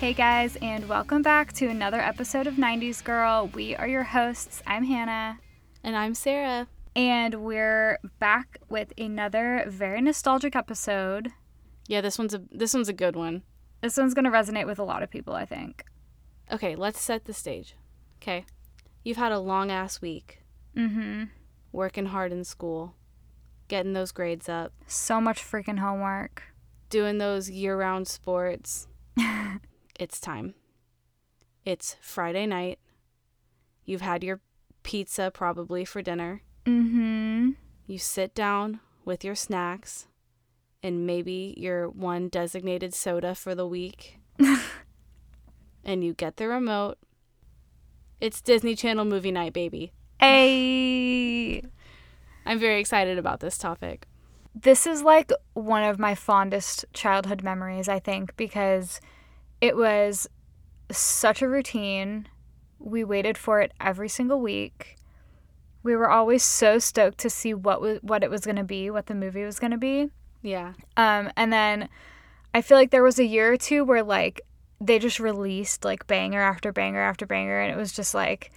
Hey guys, and welcome back to another episode of 90s Girl. We are your hosts. I'm Hannah, And I'm Sarah. and we're back with another very nostalgic episode. Yeah, this one's a this one's a good one. This one's going to resonate with a lot of people, I think. Okay, let's set the stage. Okay. You've had a long ass week Mhm. working hard in school, getting those grades up, So much freaking homework. doing those year-round sports. it's time. It's Friday night. You've had your pizza probably for dinner. Mhm. You sit down with your snacks and maybe your one designated soda for the week. and you get the remote. It's Disney Channel movie night, baby. Hey. I'm very excited about this topic. This is like one of my fondest childhood memories, I think, because it was such a routine. We waited for it every single week. We were always so stoked to see what was what it was going to be, what the movie was going to be. Yeah. Um, and then I feel like there was a year or two where like they just released like banger after banger after banger, and it was just like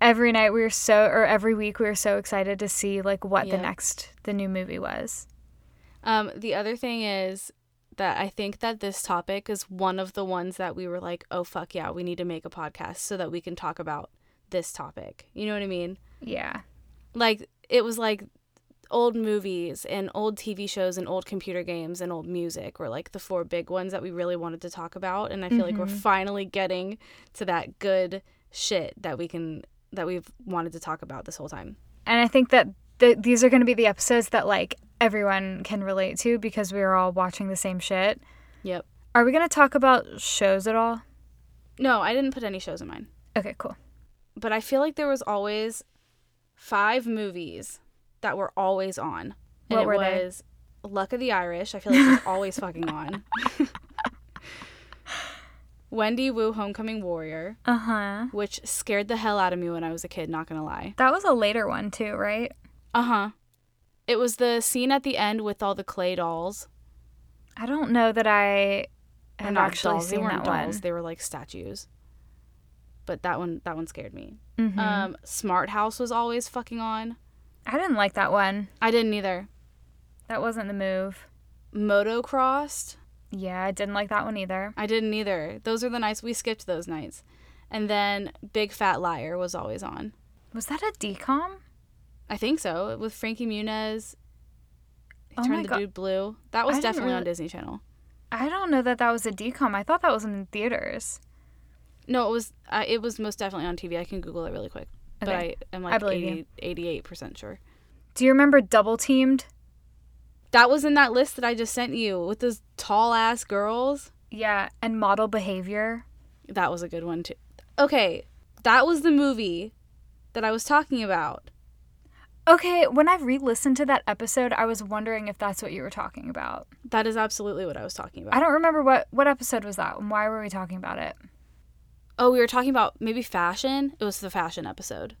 every night we were so or every week we were so excited to see like what the Yep. next the new movie was. Um, the other thing is that I think that this topic is one of the ones that we were like, oh, fuck yeah, we need to make a podcast so that we can talk about this topic. You know what I mean? Yeah. like it was like old movies and old TV shows and old computer games and old music were like the four big ones that we really wanted to talk about and I feel like we're Mhm. finally getting to that good shit that we can that we've wanted to talk about this whole time. And I think that th- these are going to be the episodes that like everyone can relate to because we are all watching the same shit. Yep. Are we going to talk about shows at all? No, I didn't put any shows in mine. Okay, cool. But I feel like there was always five movies that were always on. And What it were they? was Luck of the Irish. I feel like it was always fucking on. Wendy Wu Homecoming Warrior. Uh huh. which scared the hell out of me when I was a kid, not gonna lie. That was a later one too, right? Uh huh. It was the scene at the end with all the clay dolls. I don't know that I Or have not actually dolls, seen they that weren't dolls, one. they were like statues. But that one that one scared me. Mhm. Um Smart House was always fucking on. I didn't like that one. I didn't either. That wasn't the move. Motocrossed. Yeah, I didn't like that one either. I didn't either. Those are the nights we skipped those nights. And then Big Fat Liar was always on. Was that a decom? I think so. With Frankie Muniz. He Oh my turned the God. dude blue. That I was didn't definitely on really- Disney Channel. I don't know that that was a decom. I thought that was in theaters. No, it was uh, it was most definitely on TV. I can Google it really quick, but I Okay. am I like believe you. 88 percent sure. Do you remember Double Teamed? That was in that list that I just sent you with those tall ass girls. Yeah, and Model Behavior. That was a good one too. Okay, that was the movie that I was talking about. Okay, when I re-listened to that episode, I was wondering if that's what you were talking about. That is absolutely what I was talking about. I don't remember what what episode was that and why were we talking about it? oh, we were talking about maybe fashion. It was the fashion episode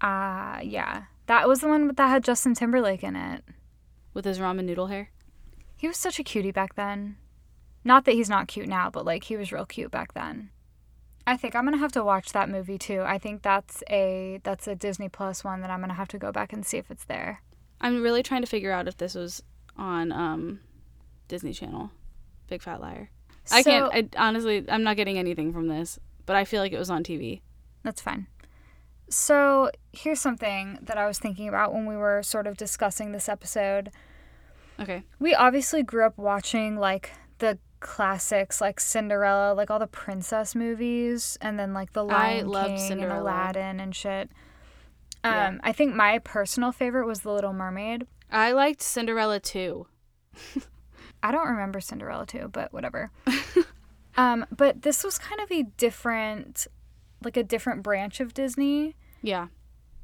Ah, yeah. That was the one that had Justin Timberlake in it. with his ramen noodle hair. He was such a cutie back then. Not that he's not cute now, but like he was real cute back then. I think I'm gonna have to watch that movie too. I think that's a that's a Disney Plus one that I'm gonna have to go back and see if it's there. I'm really trying to figure out if this was on um, Disney Channel. Big fat liar. I So- can't. I, honestly, I'm not getting anything from this, but I feel like it was on TV. That's fine. So, here's something that I was thinking about when we were sort of discussing this episode. Okay. We obviously grew up watching like the classics like Cinderella, like all the princess movies, and then like The Lion King loved Cinderella. and Aladdin and shit. Um, Yeah. I think my personal favorite was The Little Mermaid. I liked Cinderella too. I don't remember Cinderella too, but whatever. um, but this was kind of a different, like a different branch of Disney. Yeah.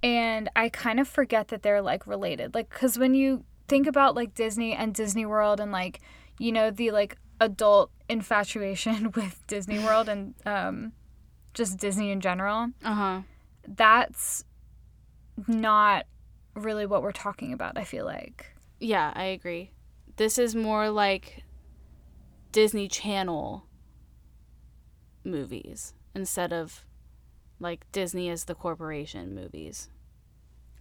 and I kind of forget that they're like related. Like, because when you think about like Disney and Disney World and like, you know, the like adult infatuation with Disney World and um, just Disney in general, Uh huh. that's not really what we're talking about, I feel like. Yeah, I agree. This is more like Disney Channel movies instead of like Disney as the corporation movies.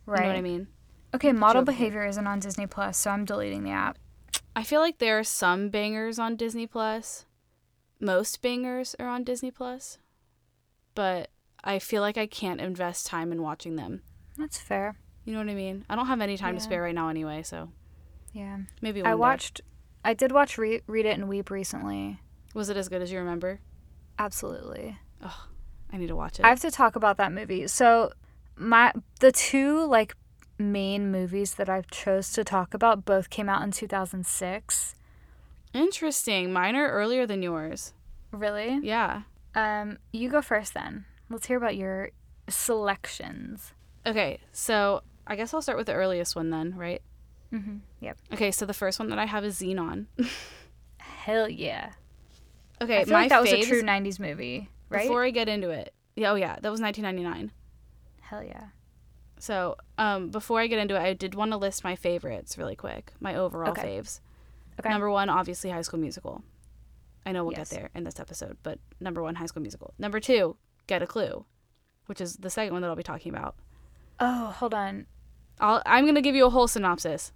Right. You know what I mean? Okay, Model Joke. Behavior isn't on Disney Plus, so I'm deleting the app. I feel like there are some bangers on Disney Plus. Most bangers are on Disney Plus. But I feel like I can't invest time in watching them. That's fair. You know what I mean? I don't have any time to Yeah. spare right now anyway, so Yeah. maybe one I day. watched, I did watch Re- Read It and Weep recently. Was it as good as you remember? Absolutely. I need to watch it. I have to talk about that movie. So, my the two like main movies that I chose to talk about both came out in 2006. Interesting. Mine are earlier than yours. Really? Yeah. Um, you go first then. Let's hear about your selections. Okay, so I guess I'll start with the earliest one then, right? Mm-hmm. Yep. Okay, so the first one that I have is Xenon. Hell yeah. okay, I feel my like that was a faves- true 90s movie, right? Before I get into it, yeah, oh yeah, that was 1999. Hell yeah. So um, before I get into it, I did want to list my favorites really quick, my overall Okay. faves. Okay. Number one, obviously, High School Musical. I know we'll Yes. get there in this episode, but number one, High School Musical. Number two, Get a Clue, which is the second one that I'll be talking about. Oh, hold on. I'll, I'm going to give you a whole synopsis.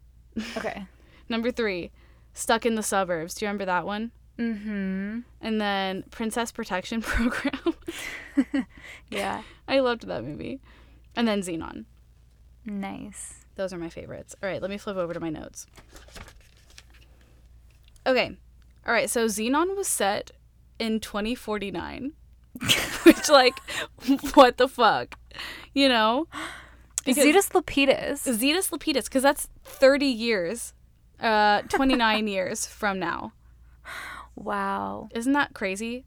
Okay. Number three, Stuck in the Suburbs. Do you remember that one? mm-hmm. and then Princess Protection Program. Yeah. I loved that movie. And then Xenon. Nice. Those are my favorites. All right, let me flip over to my notes. Okay. All right, so Xenon was set in 2049, which, like, what the fuck? You know? Because- Zetas Lapidus. Zetas Lapidus, because that's 30 years, uh, 29 years from now. Wow. Isn't that crazy?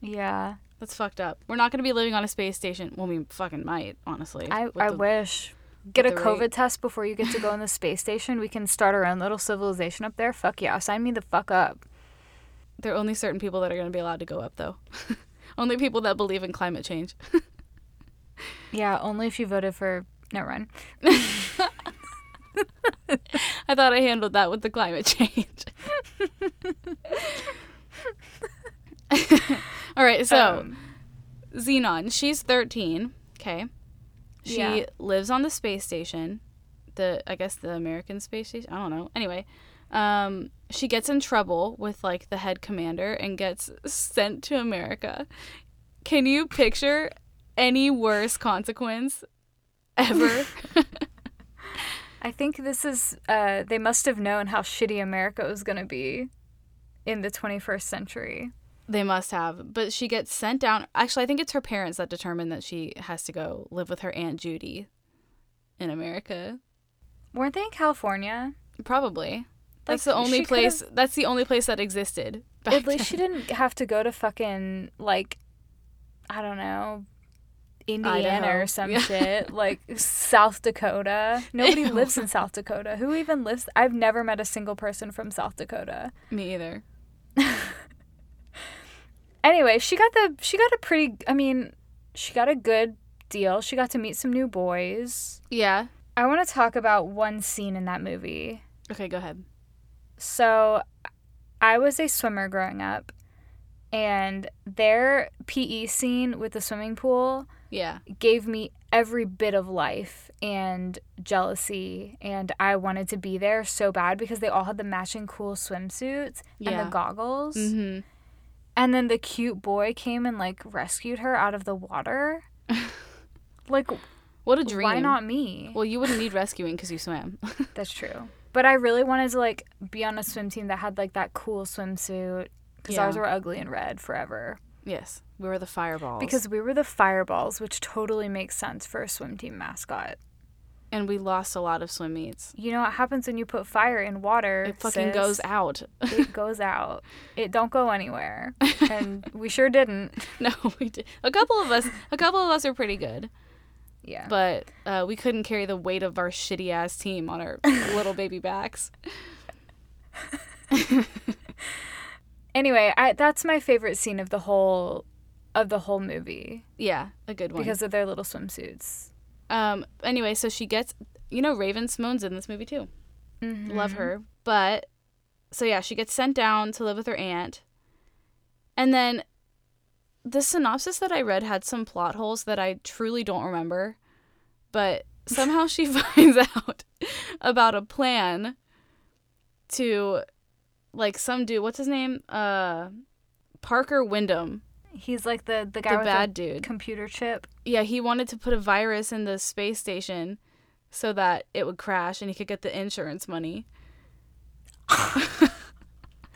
Yeah. That's fucked up. We're not going to be living on a space station. Well, we fucking might, honestly. I, with I the- wish. Get a the COVID rate. test before you get to go on the space station. We can start our own little civilization up there. Fuck yeah. Sign me the fuck up. There are only certain people that are going to be allowed to go up, though. only people that believe in climate change. Yeah, only if you voted for. No, run. I thought I handled that with the climate change. All right, so Um, Xenon, she's 13. Okay. She Yeah. lives on the space station. The I guess the American space station. I don't know. Anyway, um, she gets in trouble with like the head commander and gets sent to America. Can you picture any worse consequence ever? I think this is. Uh, they must have known how shitty America was going to be in the 21st century. They must have. But she gets sent down. Actually, I think it's her parents that determine that she has to go live with her Aunt Judy in America. Weren't they in California? Probably. That's Like, the only she could've- place. That's the only place that existed. Back At least she then. didn't have to go to fucking, like, I don't know, Indiana Idaho. or some Yeah. shit, like South Dakota. Nobody Ew. lives in South Dakota. Who even lives? I've never met a single person from South Dakota. Me either. Anyway, she got the she got a pretty I mean, she got a good deal. She got to meet some new boys. Yeah. I want to talk about one scene in that movie. Okay, go ahead. So, I was a swimmer growing up, and their PE scene with the swimming pool Yeah. gave me every bit of life and jealousy and I wanted to be there so bad because they all had the matching cool swimsuits and Yeah. the goggles. Mm-hmm. And then the cute boy came and like rescued her out of the water. like What a dream. why not me? Well, you wouldn't need rescuing because you swam. That's true. But I really wanted to like be on a swim team that had like that cool swimsuit cuz Yeah. ours were ugly and red forever. yes, we were the fireballs. Because we were the fireballs, which totally makes sense for a swim team mascot. and we lost a lot of swim meets. You know what happens when you put fire in water? It fucking sis? goes out. it goes out. It don't go anywhere, and we sure didn't. no, we did. A couple of us. A couple of us are pretty good. Yeah. but uh, we couldn't carry the weight of our shitty ass team on our little baby backs. anyway, I, that's my favorite scene of the whole of the whole movie Yeah, a good one. because of their little swimsuits. um, anyway, so she gets, you know, Raven Simone's in this movie too. Mhm. Love her, but so yeah, she gets sent down to live with her aunt, and then the synopsis that I read had some plot holes that I truly don't remember, but somehow she finds out about a plan to, like, some dude. What's his name? Uh, Parker Wyndham, He's like the the guy the with bad the dude. computer chip. yeah, he wanted to put a virus in the space station so that it would crash and he could get the insurance money.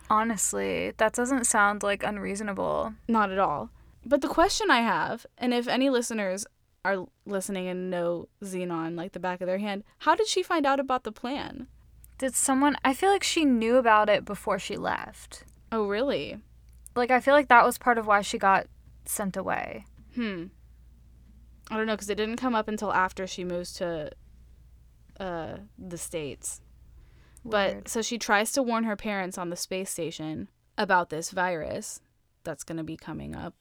Honestly, that doesn't sound like unreasonable. Not at all. But the question I have, and if any listeners are listening and know Xenon like the back of their hand, how did she find out about the plan? Did someone I feel like she knew about it before she left. Oh, really? Like I feel like that was part of why she got sent away. Hmm. I don't know because it didn't come up until after she moves to uh, the States. Weird. But so she tries to warn her parents on the space station about this virus that's going to be coming up,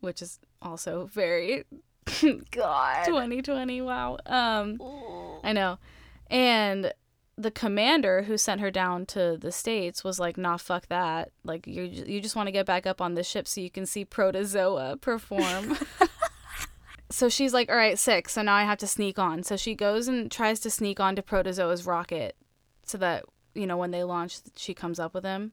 which is also very God. 2020. Wow. Um, I know. And the commander who sent her down to the states was like, "Nah, fuck that. Like you you just want to get back up on the ship so you can see Protozoa perform." so she's like, "All right, sick. So now I have to sneak on." So she goes and tries to sneak onto Protozoa's rocket so that, you know, when they launch, she comes up with him.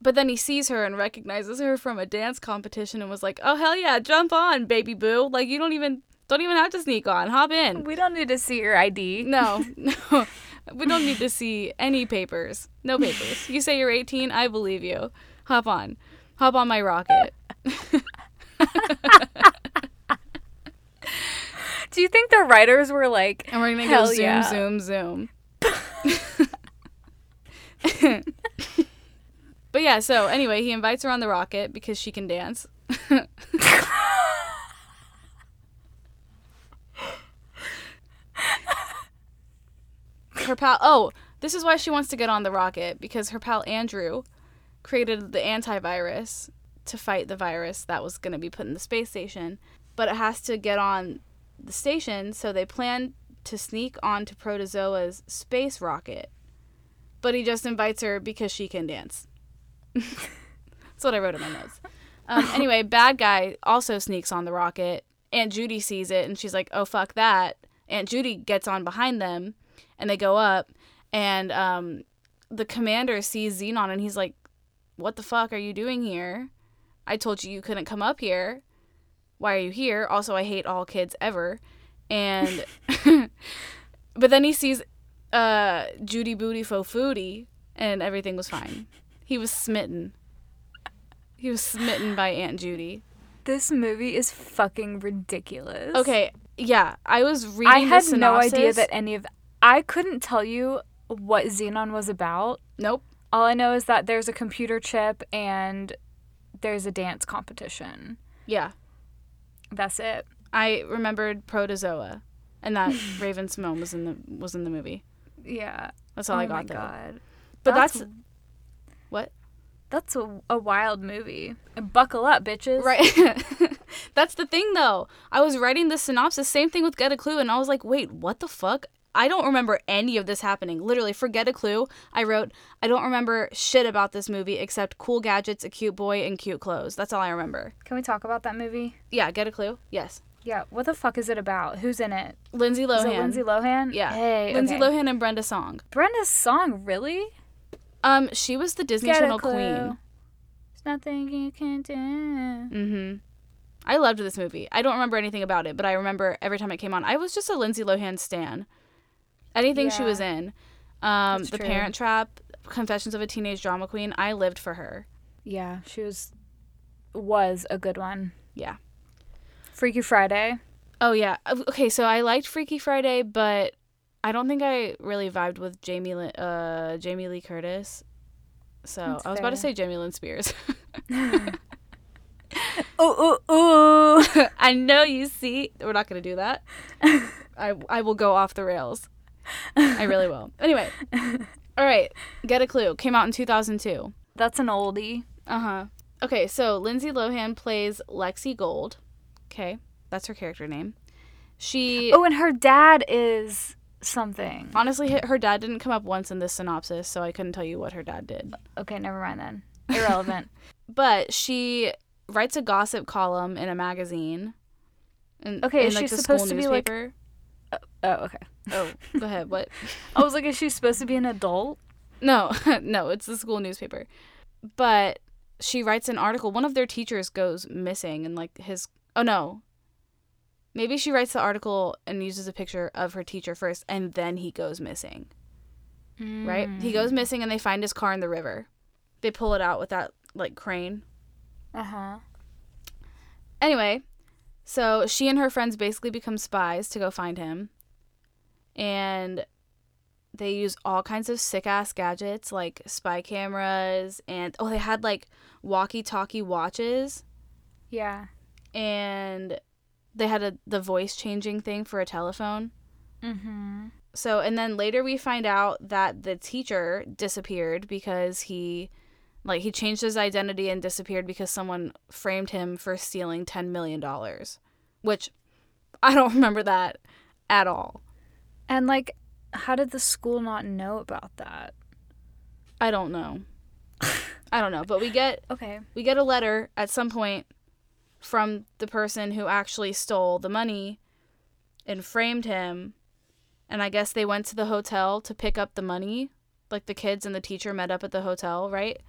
But then he sees her and recognizes her from a dance competition and was like, "Oh hell yeah, jump on, baby boo. Like you don't even don't even have to sneak on. Hop in." We don't need to see your ID. No, no. We don't need to see any papers. No papers. You say you're 18, I believe you. Hop on. Hop on my rocket. Do you think the writers were like And we're going to go Hell zoom, yeah. zoom, zoom. but yeah, so anyway, he invites her on the rocket because she can dance. her pal oh this is why she wants to get on the rocket because her pal andrew created the antivirus to fight the virus that was going to be put in the space station but it has to get on the station so they plan to sneak onto protozoa's space rocket but he just invites her because she can dance that's what i wrote in my notes um, anyway bad guy also sneaks on the rocket aunt judy sees it and she's like oh fuck that aunt judy gets on behind them and they go up and um, the commander sees xenon and he's like what the fuck are you doing here i told you you couldn't come up here why are you here also i hate all kids ever and but then he sees uh, judy booty fo foodie and everything was fine he was smitten he was smitten by aunt judy this movie is fucking ridiculous? okay yeah i was reading I had the no idea synopsis. that any of I couldn't tell you what Xenon was about. nope All I know is that there's a computer chip and there's a dance competition. yeah That's it. I remembered Protozoa, and that Raven Simone was in the was in the movie. Yeah. That's all I got Oh my though. god. But That's- that's, what That's a, a wild movie. And buckle up, bitches. right. that's the thing though. I was writing the synopsis. Same thing with Get a Clue, and I was like, wait, what the fuck? I don't remember any of this happening. Literally, for Get a Clue, I wrote, I don't remember shit about this movie except cool gadgets, a cute boy, and cute clothes. That's all I remember. Can we talk about that movie? Yeah, Get a Clue. Yes, Yeah. What the fuck is it about? Who's in it? Lindsay Is Lohan. it Lindsay Lohan? Yeah, Hey. Lindsay okay. Lohan and Brenda Song. Brenda's song, really? Um, she was the Disney Get a Channel clue. queen. There's nothing you can do. Mm-hmm. I loved this movie. I don't remember anything about it, but I remember every time it came on, I was just a Lindsay Lohan stan. Anything she Yeah. was in, um, That's The true. Parent Trap, Confessions of a Teenage Drama Queen, I lived for her. Yeah, she was was a good one. Yeah. Freaky Friday. Oh yeah. Uh, Okay, so I liked Freaky Friday, but I don't think I really vibed with Jamie Lin- uh Jamie Lee Curtis. So That's I was about to fair. say Jamie Lynn Spears. ooh, ooh, ooh. I know you see. We're not going to do that. I, I will go off the rails. I really will. Anyway. All right. Get a Clue came out in 2002. That's an oldie. Uh Uh-huh. huh. Okay, so Lindsay Lohan plays Lexi Gold. Okay, that's her character name. She Oh, and her dad is something. honestly, her- her dad didn't come up once in this synopsis, so I couldn't tell you what her dad did. Okay, never mind then. Irrelevant. But she writes a gossip column in a magazine. In, Okay, in, is like, she the supposed school to be, like- newspaper. oh, okay. Oh, go ahead. What? I was like, is she supposed to be an adult? No, no, it's the school newspaper. But she writes an article. One of their teachers goes missing, and like his. Oh no. Maybe she writes the article and uses a picture of her teacher first, and then he goes missing. Mm-hmm. Right? He goes missing, and they find his car in the river. They pull it out with that like crane. Uh huh. Anyway, so she and her friends basically become spies to go find him. And they use all kinds of sick ass gadgets like spy cameras and oh, they had like walkie talkie watches Yeah. and they had a, the voice changing thing for a telephone. Mm-hmm. So, and then later we find out that the teacher disappeared because he, like, he changed his identity and disappeared because someone framed him for stealing $10 million, which I don't remember that at all. And like, how did the school not know about that? I don't know. I don't know. But we get, Okay. we get a letter at some point from the person who actually stole the money and framed him. And I guess they went to the hotel to pick up the money. Like the kids and the teacher met up at the hotel, right?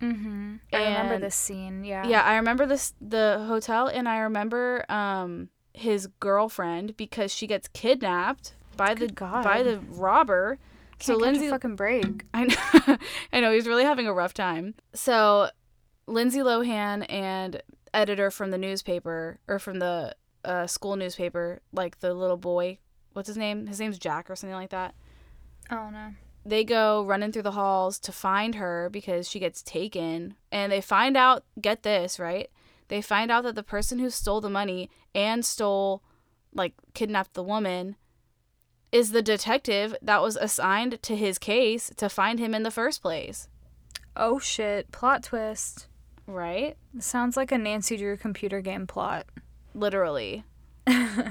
Mm-hmm. I remember And- this scene. Yeah. Yeah, I remember this the hotel and I remember um his girlfriend because she gets kidnapped by the Good God. by the robber. Can't so catch Lindsay a fucking break. I know I know he's really having a rough time. So Lindsay Lohan and editor from the newspaper or from the uh, school newspaper, like the little boy, what's his name? His name's Jack or something like that. Oh no. They go running through the halls to find her because she gets taken. And they find out, get this, right? They find out that the person who stole the money and stole, like, kidnapped the woman is the detective that was assigned to his case to find him in the first place, Oh shit. Plot twist. right? Sounds like a Nancy Drew computer game plot. Literally. in,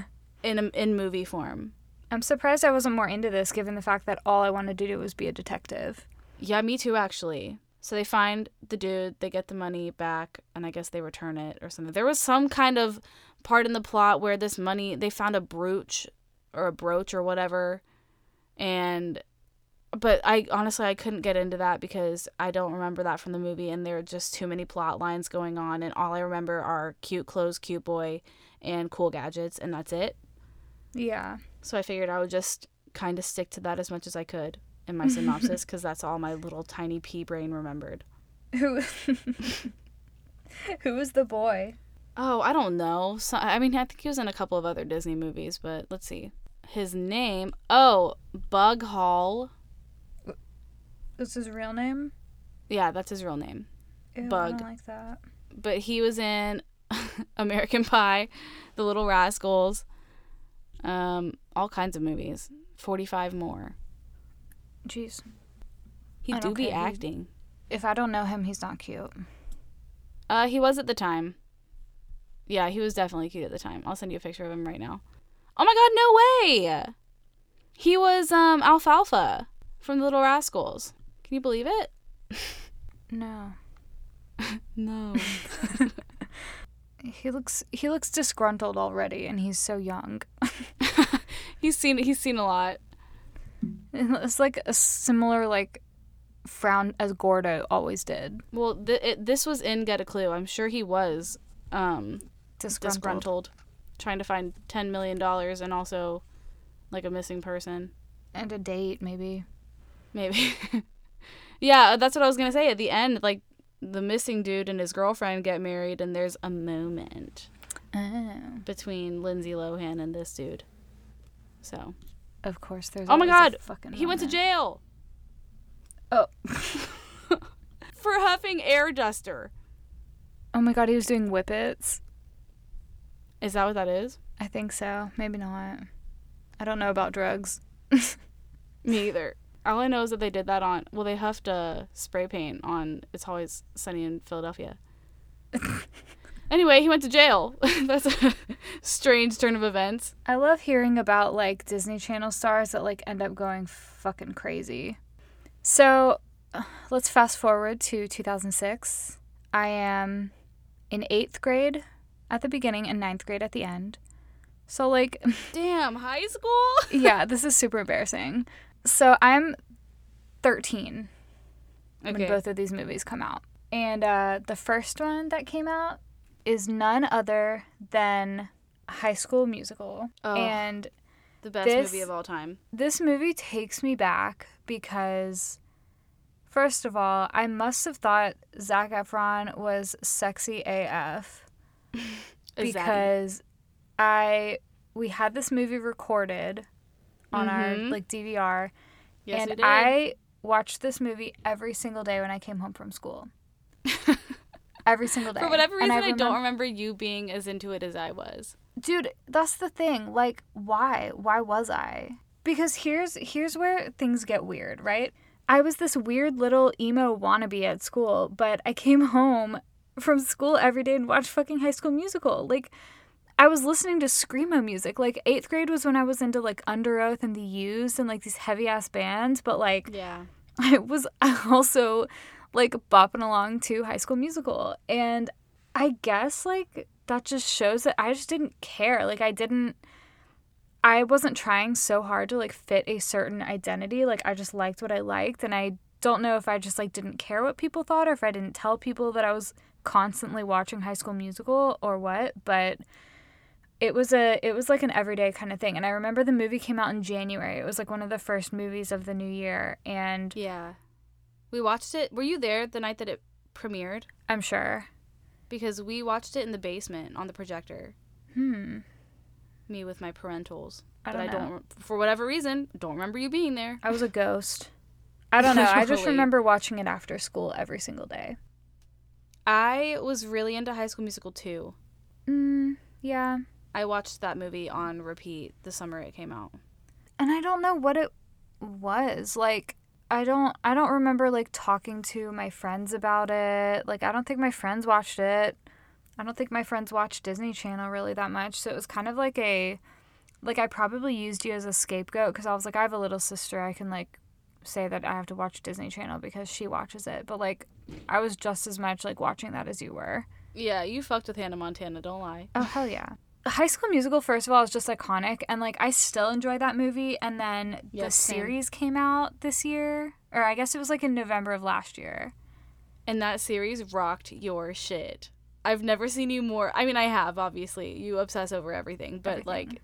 a, in movie form. I'm surprised I wasn't more into this given the fact that all I wanted to do was be a detective. Yeah, me too, actually. So they find the dude, they get the money back, and I guess they return it or something. There was some kind of part in the plot where this money, they found a brooch or a brooch or whatever. And, but I honestly, I couldn't get into that because I don't remember that from the movie, and there are just too many plot lines going on, and all I remember are cute clothes, cute boy, and cool gadgets, and that's it. Yeah. So I figured I would just kind of stick to that as much as I could in my synopsis because that's all my little tiny pea brain remembered. Who Who was the boy? Oh, I don't know. So, I mean, I think he was in a couple of other Disney movies, but let's see. His name, oh, Bug Hall. Was his real name? Yeah, that's his real name. Ew, I Bug. don't like that. But he was in American Pie, The Little Rascals, um, all kinds of movies, 45 more. Jeez. He I do don't be care. He- acting. If I don't know him, he's not cute. Uh, he was at the time. Yeah, he was definitely cute at the time. I'll send you a picture of him right now. Oh my god, no way! He was um Alfalfa from The Little Rascals. Can you believe it? No. No. He looks he looks disgruntled already and he's so young. he's seen he's seen a lot. It's like a similar like frown as Gordo always did. Well, th- it, this was in Get a Clue. I'm sure he was um Disgruntled. disgruntled, trying to find 10 million dollars and also like a missing person. And a date maybe. Maybe. yeah, uh, that's what I was gonna say. At the end, like the missing dude and his girlfriend get married, and there's a moment Oh. between Lindsay Lohan and this dude. So Of course there's Oh my always a God, fucking he went to moment. jail. Oh. for huffing air duster. Oh my god, he was doing whippets. Is that what that is? I think so. Maybe not. I don't know about drugs. Me either. All I know is that they did that on. Well, they huffed uh, spray paint on "It's Always Sunny in Philadelphia." anyway, he went to jail. That's a strange turn of events. I love hearing about like Disney Channel stars that like end up going fucking crazy. So uh, let's fast forward to 2006. I am in eighth grade at the beginning and ninth grade at the end. So, like, Damn, high school. yeah, this is super embarrassing. So, I'm 13 Okay. when both of these movies come out. And uh, the first one that came out is none other than High School Musical. Oh. And the best this- movie of all time. this movie takes me back because, first of all, I must have thought Zach Efron was sexy AF Is that it? because I we had this movie recorded on our Mhm. like DVR, yes, and we did. I watched this movie every single day when I came home from school. every single day. for whatever And reason, I, don't remem- remember you being as into it as I was. dude that's the thing like why why was i because here's here's where things get weird right i was this weird little emo wannabe at school but i came home from school every day and watched fucking high school musical like i was listening to screamo music like eighth grade was when i was into like under oath and the used and like these heavy ass bands but like Yeah. I was also like bopping along to High School Musical. And I guess like that just shows that I just didn't care. Like I didn't, I wasn't trying so hard to like fit a certain identity. Like I just liked what I liked. And I don't know if I just like didn't care what people thought or if I didn't tell people that I was constantly watching High School Musical or what. But it was a it was like an everyday kind of thing and i remember the movie came out in january it was like one of the first movies of the new year and Yeah. We watched it. Were you there the night that it premiered? I'm sure. Because we watched it in the basement on the projector. Hmm. Me with my parentals. I but don't I don't, know. re- for whatever reason, don't remember you being there. I was a ghost. I don't know. I just Literally. remember watching it after school every single day. I was really into High School Musical 2. Mm, yeah. I watched that movie on repeat the summer it came out. And I don't know what it was. Like I don't I don't remember like talking to my friends about it. Like I don't think my friends watched it. I don't think my friends watched Disney Channel really that much. So it was kind of like a like I probably used you as a scapegoat cuz I was like I have a little sister. I can like say that I have to watch Disney Channel because she watches it. But like I was just as much like watching that as you were. Yeah, you fucked with Hannah Montana, don't lie. Oh hell yeah. High School Musical, first of all, is just iconic, and like I still enjoy that movie. And then the Yes, same. series came out this year, or I guess it was like in November of last year. And that series rocked your shit. I've never seen you more. I mean, I have obviously. You obsess over everything, but like, Everything.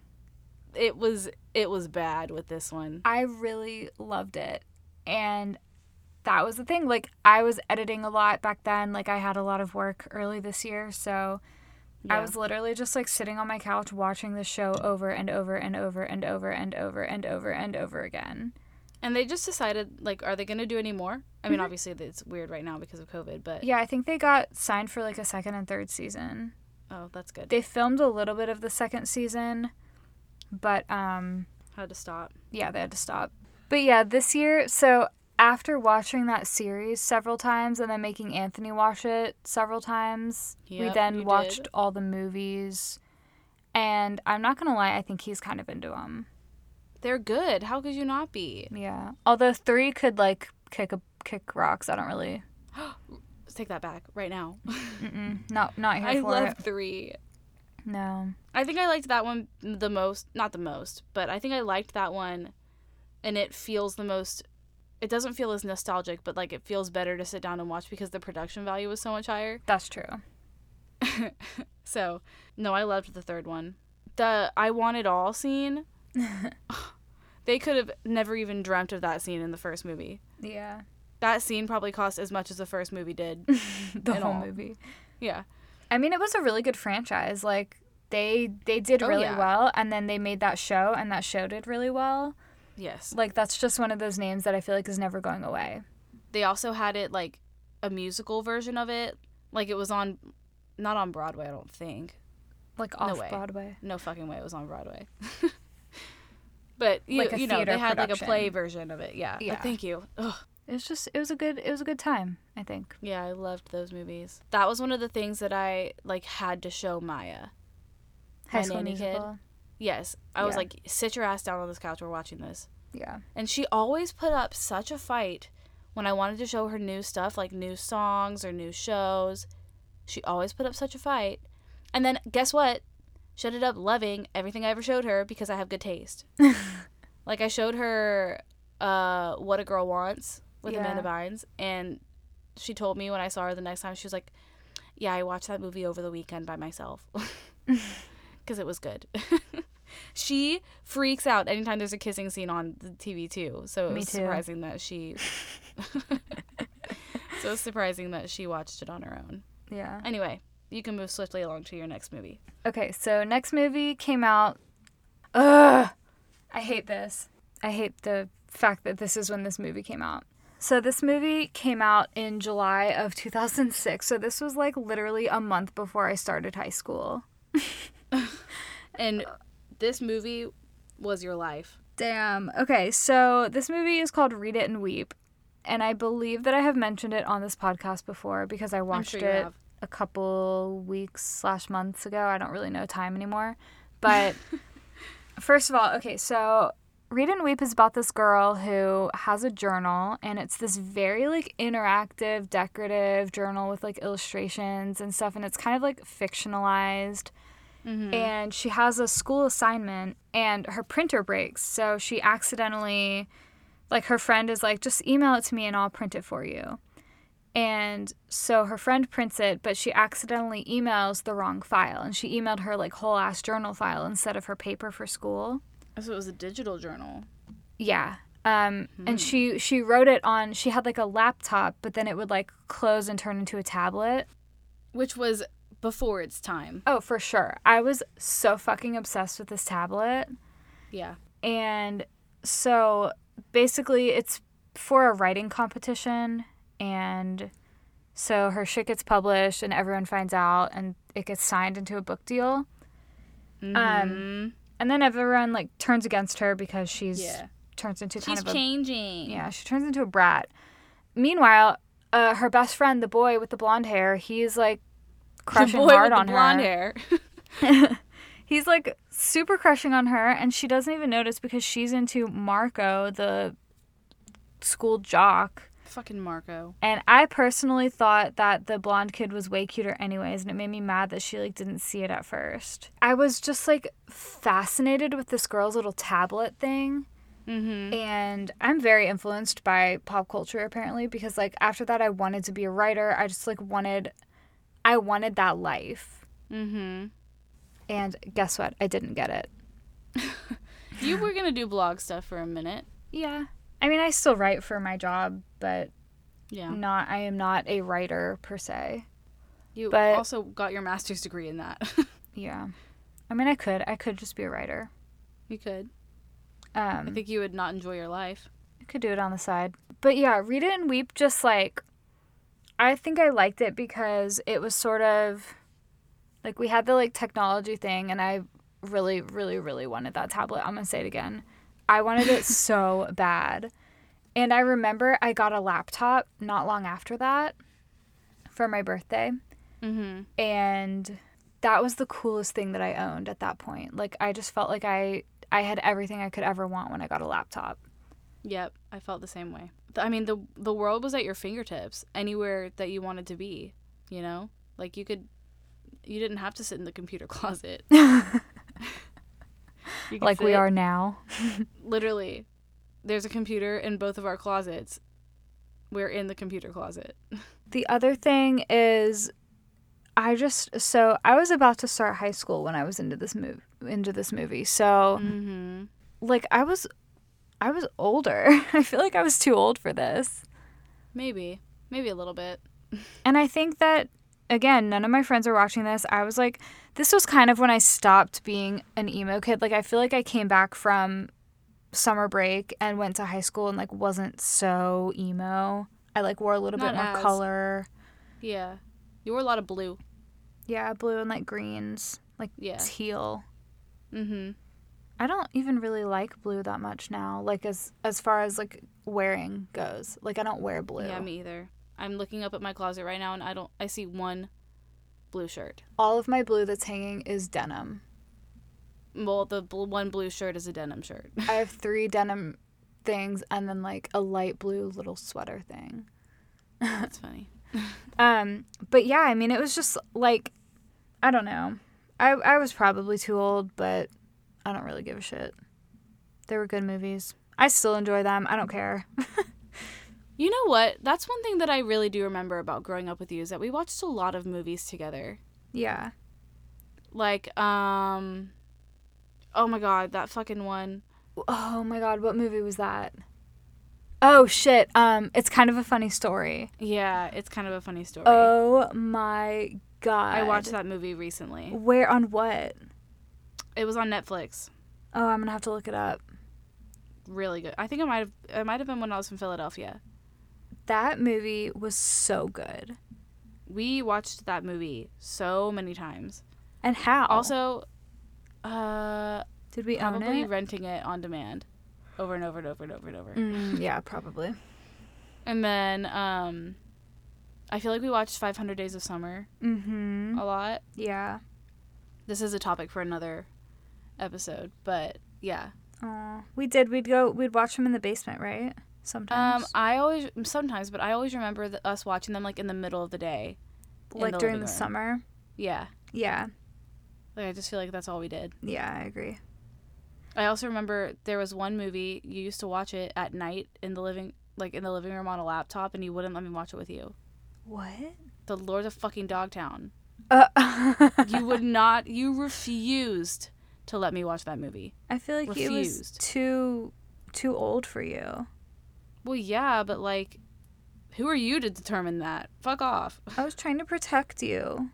it was it was bad with this one. I really loved it, and that was the thing. Like I was editing a lot back then. Like I had a lot of work early this year, so I Yeah. was literally just like sitting on my couch watching the show over and over and over and over and over and over and over again. And they just decided, like, are they going to do any more? I mean, obviously, it's weird right now because of COVID, but Mm-hmm. Yeah, I think they got signed for like a second and third season. oh, that's good. they filmed a little bit of the second season, but um, How to stop. yeah, they had to stop. But yeah, this year, so after watching that series several times and then making Anthony watch it several times, we Yep, you then did. watched all the movies. And I'm not gonna lie, I think he's kind of into them. They're good. How could you not be? Yeah, although three could like kick a kick rocks. I don't really, Let's take that back right now. mm-mm, not not here I for love it. three. No, I think I liked that one the most. Not the most, but I think I liked that one, and it feels the most. It doesn't feel as nostalgic, but like it feels better to sit down and watch because the production value was so much higher. that's true. So, no, I loved the third one. The I want it all scene. they could have never even dreamt of that scene in the first movie. Yeah, That scene probably cost as much as the first movie did. the And whole all. movie. yeah. I mean, it was a really good franchise. Like they they did Oh, really yeah. well, and then they made that show, and that show did really well. Yes. Like that's just one of those names that I feel like is never going away. They also had it like a musical version of it. Like it was on not on Broadway, I don't think. Like No off way. Broadway. No fucking way it was on Broadway. but you, Like a you know, they theater had like a play production. version of it. Yeah. But Yeah. thank you. Ugh. It was just it was a good it was a good time, I think. Yeah, I loved those movies. That was one of the things that I like had to show Maya. High My school nanny kid. musical. Yes. I was Yeah. like, sit your ass down on this couch. We're watching this. Yeah. And she always put up such a fight when I wanted to show her new stuff, like new songs or new shows. She always put up such a fight. And then guess what? She ended up loving everything I ever showed her because I have good taste. like I showed her uh, What a Girl Wants with Yeah. Amanda Bynes, and she told me when I saw her the next time, she was like, Yeah, I watched that movie over the weekend by myself because it was good. she freaks out anytime there's a kissing scene on the TV too. So it Me was too. surprising that she. so it's surprising that she watched it on her own. Yeah. Anyway, you can move swiftly along to your next movie. Okay, so next movie came out. Ugh, I hate this. I hate the fact that this is when this movie came out. So this movie came out in July of 2006. So this was like literally a month before I started high school. And this movie was your life. Damn. Okay, so this movie is called Read It and Weep. And I believe that I have mentioned it on this podcast before because I watched sure you it have. a couple weeks slash months ago. I don't really know time anymore. But first of all, okay, so Read and Weep is about this girl who has a journal and it's this very like interactive, decorative journal with like illustrations and stuff and it's kind of like fictionalized and she has a school assignment and her printer breaks so she accidentally like her friend is like just email it to me and i'll print it for you and so her friend prints it but she accidentally emails the wrong file and she emailed her like whole ass journal file instead of her paper for school So it was a digital journal. yeah. Um, and she she wrote it on she had like a laptop, but then it would like close and turn into a tablet. which was before its time. Oh, for sure. I was so fucking obsessed with this tablet. Yeah. And so basically it's for a writing competition and so her shit gets published and everyone finds out and it gets signed into a book deal. Um and then everyone like turns against her because she's Mm-hmm. Yeah. turns into kind She's of a changing. Yeah, she turns into a brat. Meanwhile, uh, her best friend, the boy with the blonde hair, he's like The crushing boy with hard the on blonde her. hair. He's like super crushing on her, and she doesn't even notice because she's into Marco, the school jock. Fucking Marco. And I personally thought that the blonde kid was way cuter anyways, and it made me mad that she like didn't see it at first. I was just like fascinated with this girl's little tablet thing. Mm-hmm. And I'm very influenced by pop culture apparently because like after that I wanted to be a writer. I just like wanted I wanted that life. Mm-hmm. And guess what? I didn't get it. You were gonna do blog stuff for a minute. Yeah. I mean, I still write for my job, but Yeah. not I am not a writer per se. You But- also got your master's degree in that. Yeah. I mean, I could. I could just be a writer. you could. Um I think you would not enjoy your life. I could do it on the side. But yeah, Read It and Weep just like I think I liked it because it was sort of like we had the like technology thing and I really, really, really wanted that tablet. I'm gonna say it again. I wanted it so bad. And I remember I got a laptop not long after that for my birthday. Mm-hmm. And that was the coolest thing that I owned at that point. Like I just felt like I I had everything I could ever want when I got a laptop. Yep. I felt the same way. Th- I mean, the the world was at your fingertips, anywhere that you wanted to be. You know, like you could. You didn't have to sit in the computer closet. You could Like we sit- are now. literally there's a computer in both of our closets we're in the computer closet The other thing is I just so I was about to start high school when I was into this move into this movie. So mm-hmm. like I was I was older. I feel like I was too old for this. maybe maybe a little bit And I think that again, none of my friends are watching this. I was like this was kind of when I stopped being an emo kid. Like I feel like I came back from summer break and went to high school and like wasn't so emo. I like wore a little Not bit more as. color. yeah you wore a lot of blue Yeah, blue and like greens, like Yeah. teal. Mm-hmm. I don't even really like blue that much now. Like as as far as like wearing goes, like I don't wear blue. Yeah, me either. I'm looking up at my closet right now and I don't I see one blue shirt. All of my blue that's hanging is denim. Well, the bl- one blue shirt is a denim shirt. I have three denim things and then like a light blue little sweater thing. That's funny. Um, but yeah, I mean, it was just like, I don't know. I I was probably too old, but I don't really give a shit. They were good movies. I still enjoy them. I don't care. You know what? That's one thing that I really do remember about growing up with you is that we watched a lot of movies together. yeah. Like um Oh my god, that fucking one. Oh my god, what movie was that? Oh shit. Um, it's kind of a funny story. Yeah, it's kind of a funny story. Oh my god. I watched that movie recently. Where on what? It was on Netflix. Oh, I'm gonna have to look it up. Really good. I think it might have it might have been when I was in Philadelphia. That movie was so good. We watched that movie so many times. And how? Also, uh, did we own probably it? renting it on demand over and over and over and over and over. Mm, yeah, probably. And then um, I feel like we watched 500 Days of Summer Mm-hmm. a lot. Yeah. This is a topic for another episode, but yeah. Aw. We did. We'd go. We'd watch them in the basement, right? Sometimes, Um, I always sometimes, but I always remember th- us watching them like in the middle of the day. in like during living the room. summer. Yeah. Yeah. Like I just feel like that's all we did. Yeah, I agree. I also remember there was one movie you used to watch it at night in the living like in the living room on a laptop and you wouldn't let me watch it with you. What? The Lord of fucking Dogtown. Uh, You would not you refused to let me watch that movie. I feel like it was Refused. too too old for you. Well, yeah, but like who are you to determine that? Fuck off. I was trying to protect you.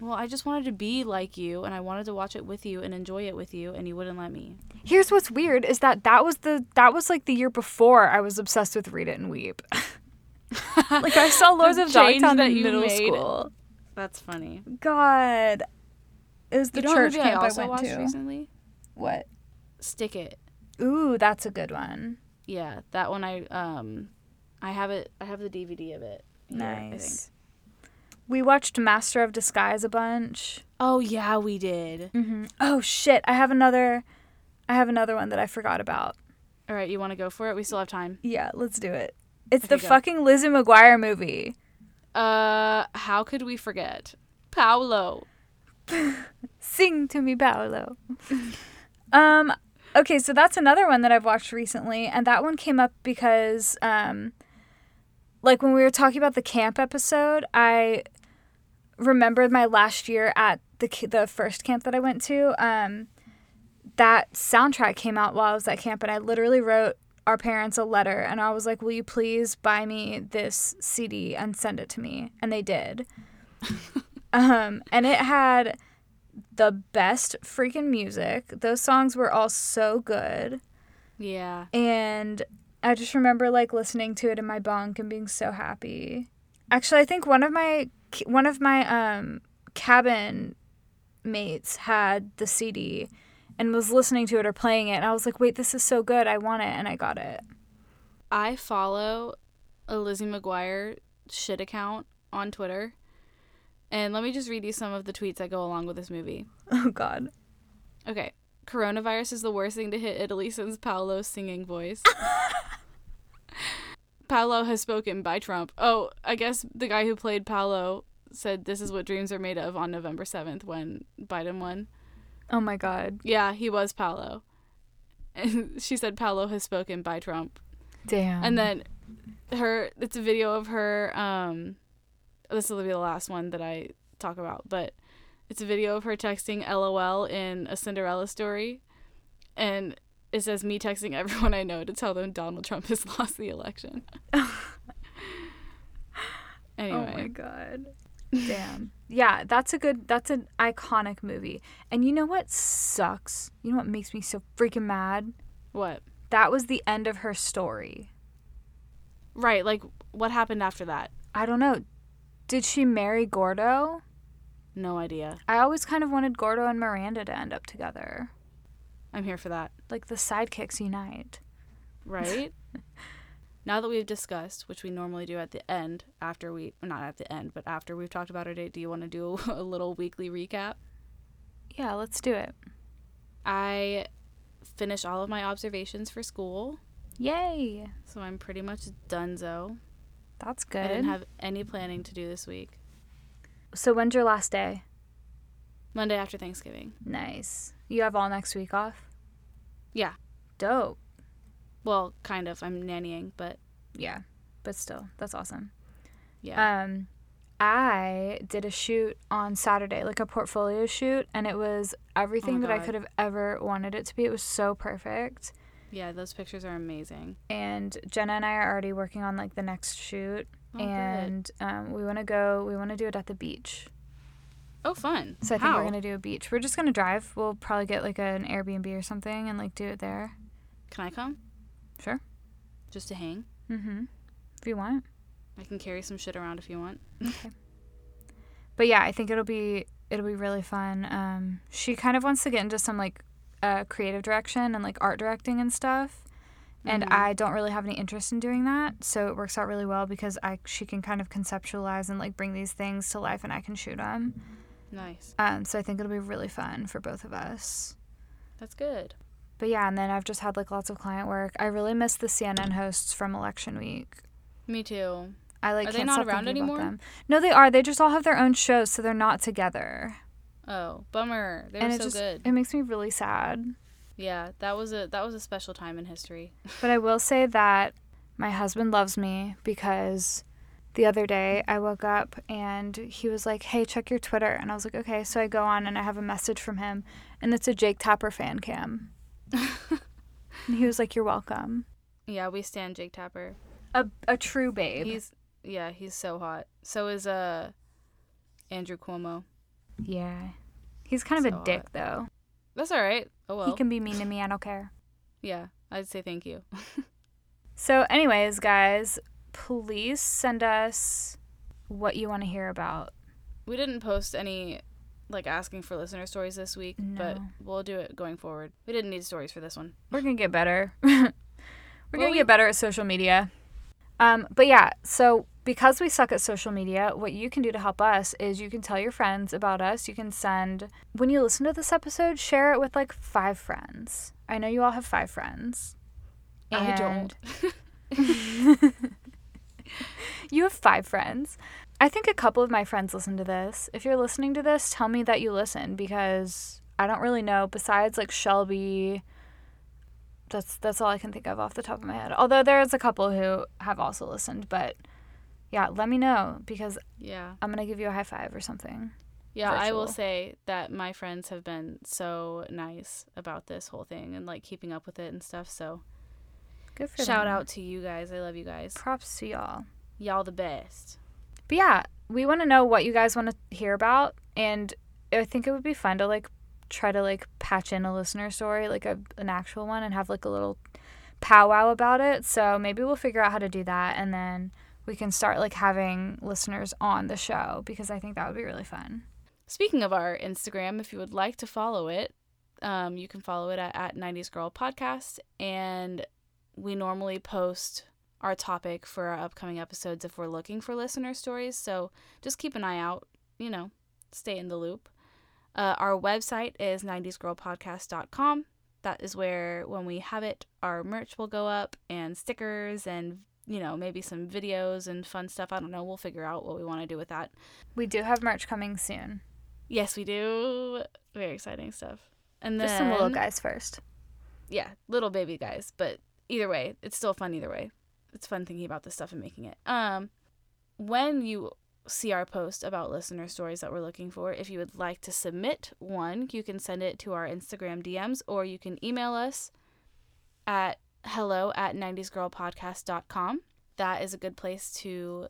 Well, I just wanted to be like you and I wanted to watch it with you and enjoy it with you and you wouldn't let me. Here's what's weird is that that was the that was like the year before I was obsessed with Read It and Weep. like I saw Lords The of change Dogtown that in you middle made. school. That's funny. God, it was the you know church what movie I camp I, also went watched to. recently? What? Stick It. Ooh, that's a good one. Yeah, that one I um I have it I have the DVD of it. here, I think. Nice. We watched Master of Disguise a bunch. Oh yeah, we did. Mm-hmm. Oh shit! I have another. I have another one that I forgot about. All right, you want to go for it? We still have time. Yeah, let's do it. It's the Okay, go. fucking Lizzie McGuire movie. Uh, how could we forget Paolo? Sing to me, Paolo. um, okay, so that's another one that I've watched recently, and that one came up because, um, like when we were talking about the camp episode, I remembered my last year at the ca- the first camp that I went to. Um, that soundtrack came out while I was at camp, and I literally wrote our parents a letter, and I was like, "Will you please buy me this CD and send it to me?" And they did. um, and it had the best freaking music. Those songs were all so good. Yeah, And I just remember like listening to it in my bunk and being so happy. Actually, I think one of my one of my um cabin mates had the CD and was listening to it or playing it and I was like, "Wait, this is so good. I want it." And I got it. I follow a Lizzie McGuire shit account on Twitter, and let me just read you some of the tweets that go along with this movie. Oh god. Okay, coronavirus is the worst thing to hit Italy since Paolo's singing voice. Paolo has spoken by Trump. Oh, I guess the guy who played Paolo said this is what dreams are made of on November 7th when Biden won. Oh my god. Yeah, he was Paolo. And she said Paolo has spoken by Trump. Damn. And then her it's a video of her um this will be the last one that I talk about, but it's a video of her texting LOL in a Cinderella story and it says me texting everyone I know to tell them Donald Trump has lost the election. Oh my anyway, god. Damn. Yeah, that's a good that's an iconic movie. And you know what sucks? You know what makes me so freaking mad? what? That was the end of her story. Right, like what happened after that? I don't know. Did she marry Gordo? No idea. I always kind of wanted Gordo and Miranda to end up together. I'm here for that. Like the sidekicks unite. Right? now that we've discussed, which we normally do at the end, after we, not at the end, but after we've talked about our date, do you want to do a little weekly recap? Yeah, let's do it. I finished all of my observations for school, Yay. so I'm pretty much donezo. That's I good. didn't have any planning to do this week. so when's your last day? Monday after Thanksgiving. Nice. You have all next week off? Yeah. Dope. Well, kind of. I'm nannying, but Yeah. But still, that's awesome. yeah. Um, I did a shoot on Saturday, like a portfolio shoot, and it was everything that I Oh God. could have ever wanted it to be. It was so perfect. yeah, those pictures are amazing. And Jenna and I are already working on like the next shoot, Oh, good. and um, we want to go. We want to do it at the beach. Oh, fun. So I think How? we're gonna do a beach. We're just gonna drive. We'll probably get like an Airbnb or something and like do it there. Can I come? Sure. Just to hang? Mm-hmm. If you want. I can carry some shit around if you want. but yeah, I think it'll be it'll be really fun. Um, she kind of wants to get into some like uh, creative direction and like art directing and stuff, and Mm-hmm. I don't really have any interest in doing that, so it works out really well because I she can kind of conceptualize and like bring these things to life, and I can shoot them. Nice. Um, so I think it'll be really fun for both of us. That's good. But yeah, and then I've just had like lots of client work. I really miss the CNN hosts from election week. Me too. I like Are they can't not stop around thinking about anymore? them. No, they are. They just all have their own shows, so they're not together. Oh, bummer. They were and so it just good. it makes me really sad. yeah, that was a that was a special time in history. But I will say that my husband loves me because the other day I woke up and he was like, "Hey, check your Twitter," and I was like, "Okay." So I go on and I have a message from him, and it's a Jake Tapper fan cam. and he was like, "You're welcome." Yeah, we stand Jake Tapper. A a true babe. He's yeah, he's so hot. So is uh Andrew Cuomo. yeah. He's kind of So a dick though. That's all right. Oh well. He can be mean to me. I don't care. yeah, I'd say thank you. So, anyways, guys, please send us what you want to hear about We didn't post any like asking for listener stories this week, but No. we'll do it going forward. We didn't need stories for this one. We're gonna get better. We're gonna Well, we- get better at social media. Um, but yeah, so because we suck at social media, what you can do to help us is you can tell your friends about us. You can send when you listen to this episode, share it with like five friends. I know you all have five friends. I don't. You have five friends. I think a couple of my friends listen to this. If you're listening to this, tell me that you listen because I don't really know. Besides, like Shelby, that's that's all I can think of off the top of my head. Although there is a couple who have also listened, but yeah, let me know because Yeah. I'm gonna give you a high five or something. Yeah, I will virtual. say that my friends have been so nice about this whole thing and like keeping up with it and stuff. So Good for shout them. out to you guys. I love you guys. Props to y'all. Y'all the best. But yeah, we want to know what you guys want to hear about, and I think it would be fun to like try to like patch in a listener story, like a, an actual one, and have like a little powwow about it. So maybe we'll figure out how to do that, and then we can start like having listeners on the show because I think that would be really fun. Speaking of our Instagram, if you would like to follow it, um, you can follow it at, at 90s Girl Podcast. And we normally post our topic for our upcoming episodes if we're looking for listener stories. So just keep an eye out, you know, stay in the loop. Uh, our website is 90sgirlpodcast.com. That is where, when we have it, our merch will go up and stickers and, you know, maybe some videos and fun stuff. I don't know. We'll figure out what we want to do with that. We do have merch coming soon. Yes, we do. Very exciting stuff. And then Just some little guys first. Yeah, little baby guys. But either way, it's still fun either way. It's fun thinking about this stuff and making it. Um when you see our post about listener stories that we're looking for, if you would like to submit one, you can send it to our Instagram DMs or you can email us at hello at 90sgirlpodcast.com. That is a good place to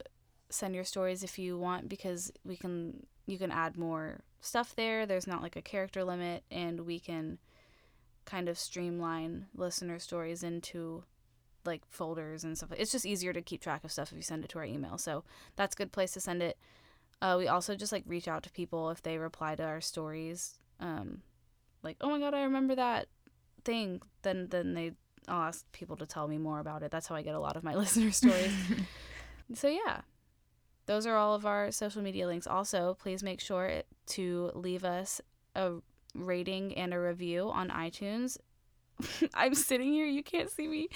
send your stories if you want because we can you can add more stuff there. There's not like a character limit and we can kind of streamline listener stories into like folders and stuff. It's just easier to keep track of stuff if you send it to our email. So that's a good place to send it. Uh, we also just like reach out to people if they reply to our stories. Um, like, oh my god, I remember that thing. Then then they I'll ask people to tell me more about it. That's how I get a lot of my listener stories. so yeah, those are all of our social media links. Also, please make sure to leave us a rating and a review on iTunes. I'm sitting here. You can't see me.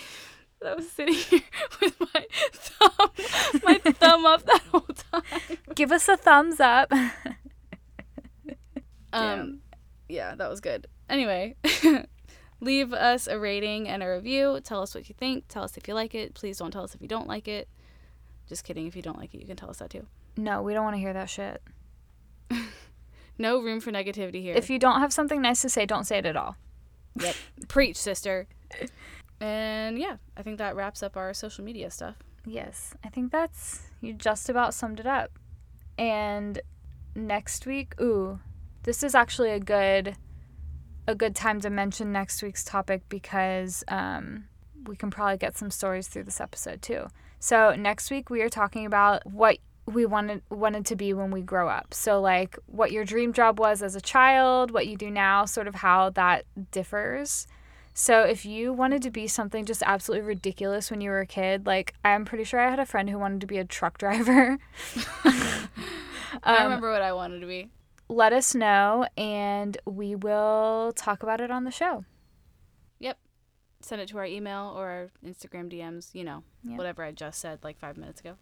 I was sitting here with my thumb, my thumb up that whole time. Give us a thumbs up. Um, yeah, that was good. Anyway, leave us a rating and a review. Tell us what you think. Tell us if you like it. Please don't tell us if you don't like it. Just kidding. If you don't like it, you can tell us that too. No, we don't want to hear that shit. No room for negativity here. If you don't have something nice to say, don't say it at all. Yep. Preach, sister. And yeah, I think that wraps up our social media stuff. Yes, I think that's you just about summed it up. And next week, ooh, this is actually a good a good time to mention next week's topic because um, we can probably get some stories through this episode too. So next week we are talking about what we wanted wanted to be when we grow up. So like what your dream job was as a child, what you do now, sort of how that differs. So if you wanted to be something just absolutely ridiculous when you were a kid, like I'm pretty sure I had a friend who wanted to be a truck driver. I Um, remember what I wanted to be. Let us know and we will talk about it on the show. Yep. Send it to our email or our Instagram DMs, you know, Yeah. whatever I just said like five minutes ago.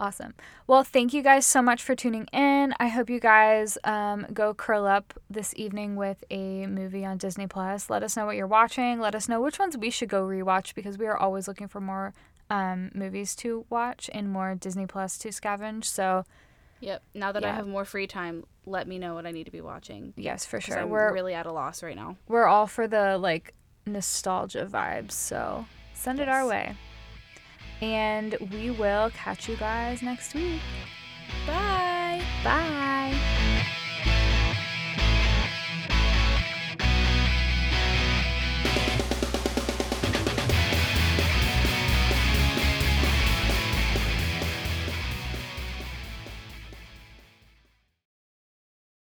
Awesome. Well, thank you guys so much for tuning in. I hope you guys um, go curl up this evening with a movie on Disney Plus. Let us know what you're watching. Let us know which ones we should go rewatch because we are always looking for more um, movies to watch and more Disney Plus to scavenge. So yep. Now that I Yeah. have more free time, let me know what I need to be watching. yes, for 'cause sure. I'm We're really at a loss right now. we're all for the like nostalgia vibes. So send it our Yes. way, and we will catch you guys next week. Bye. Bye.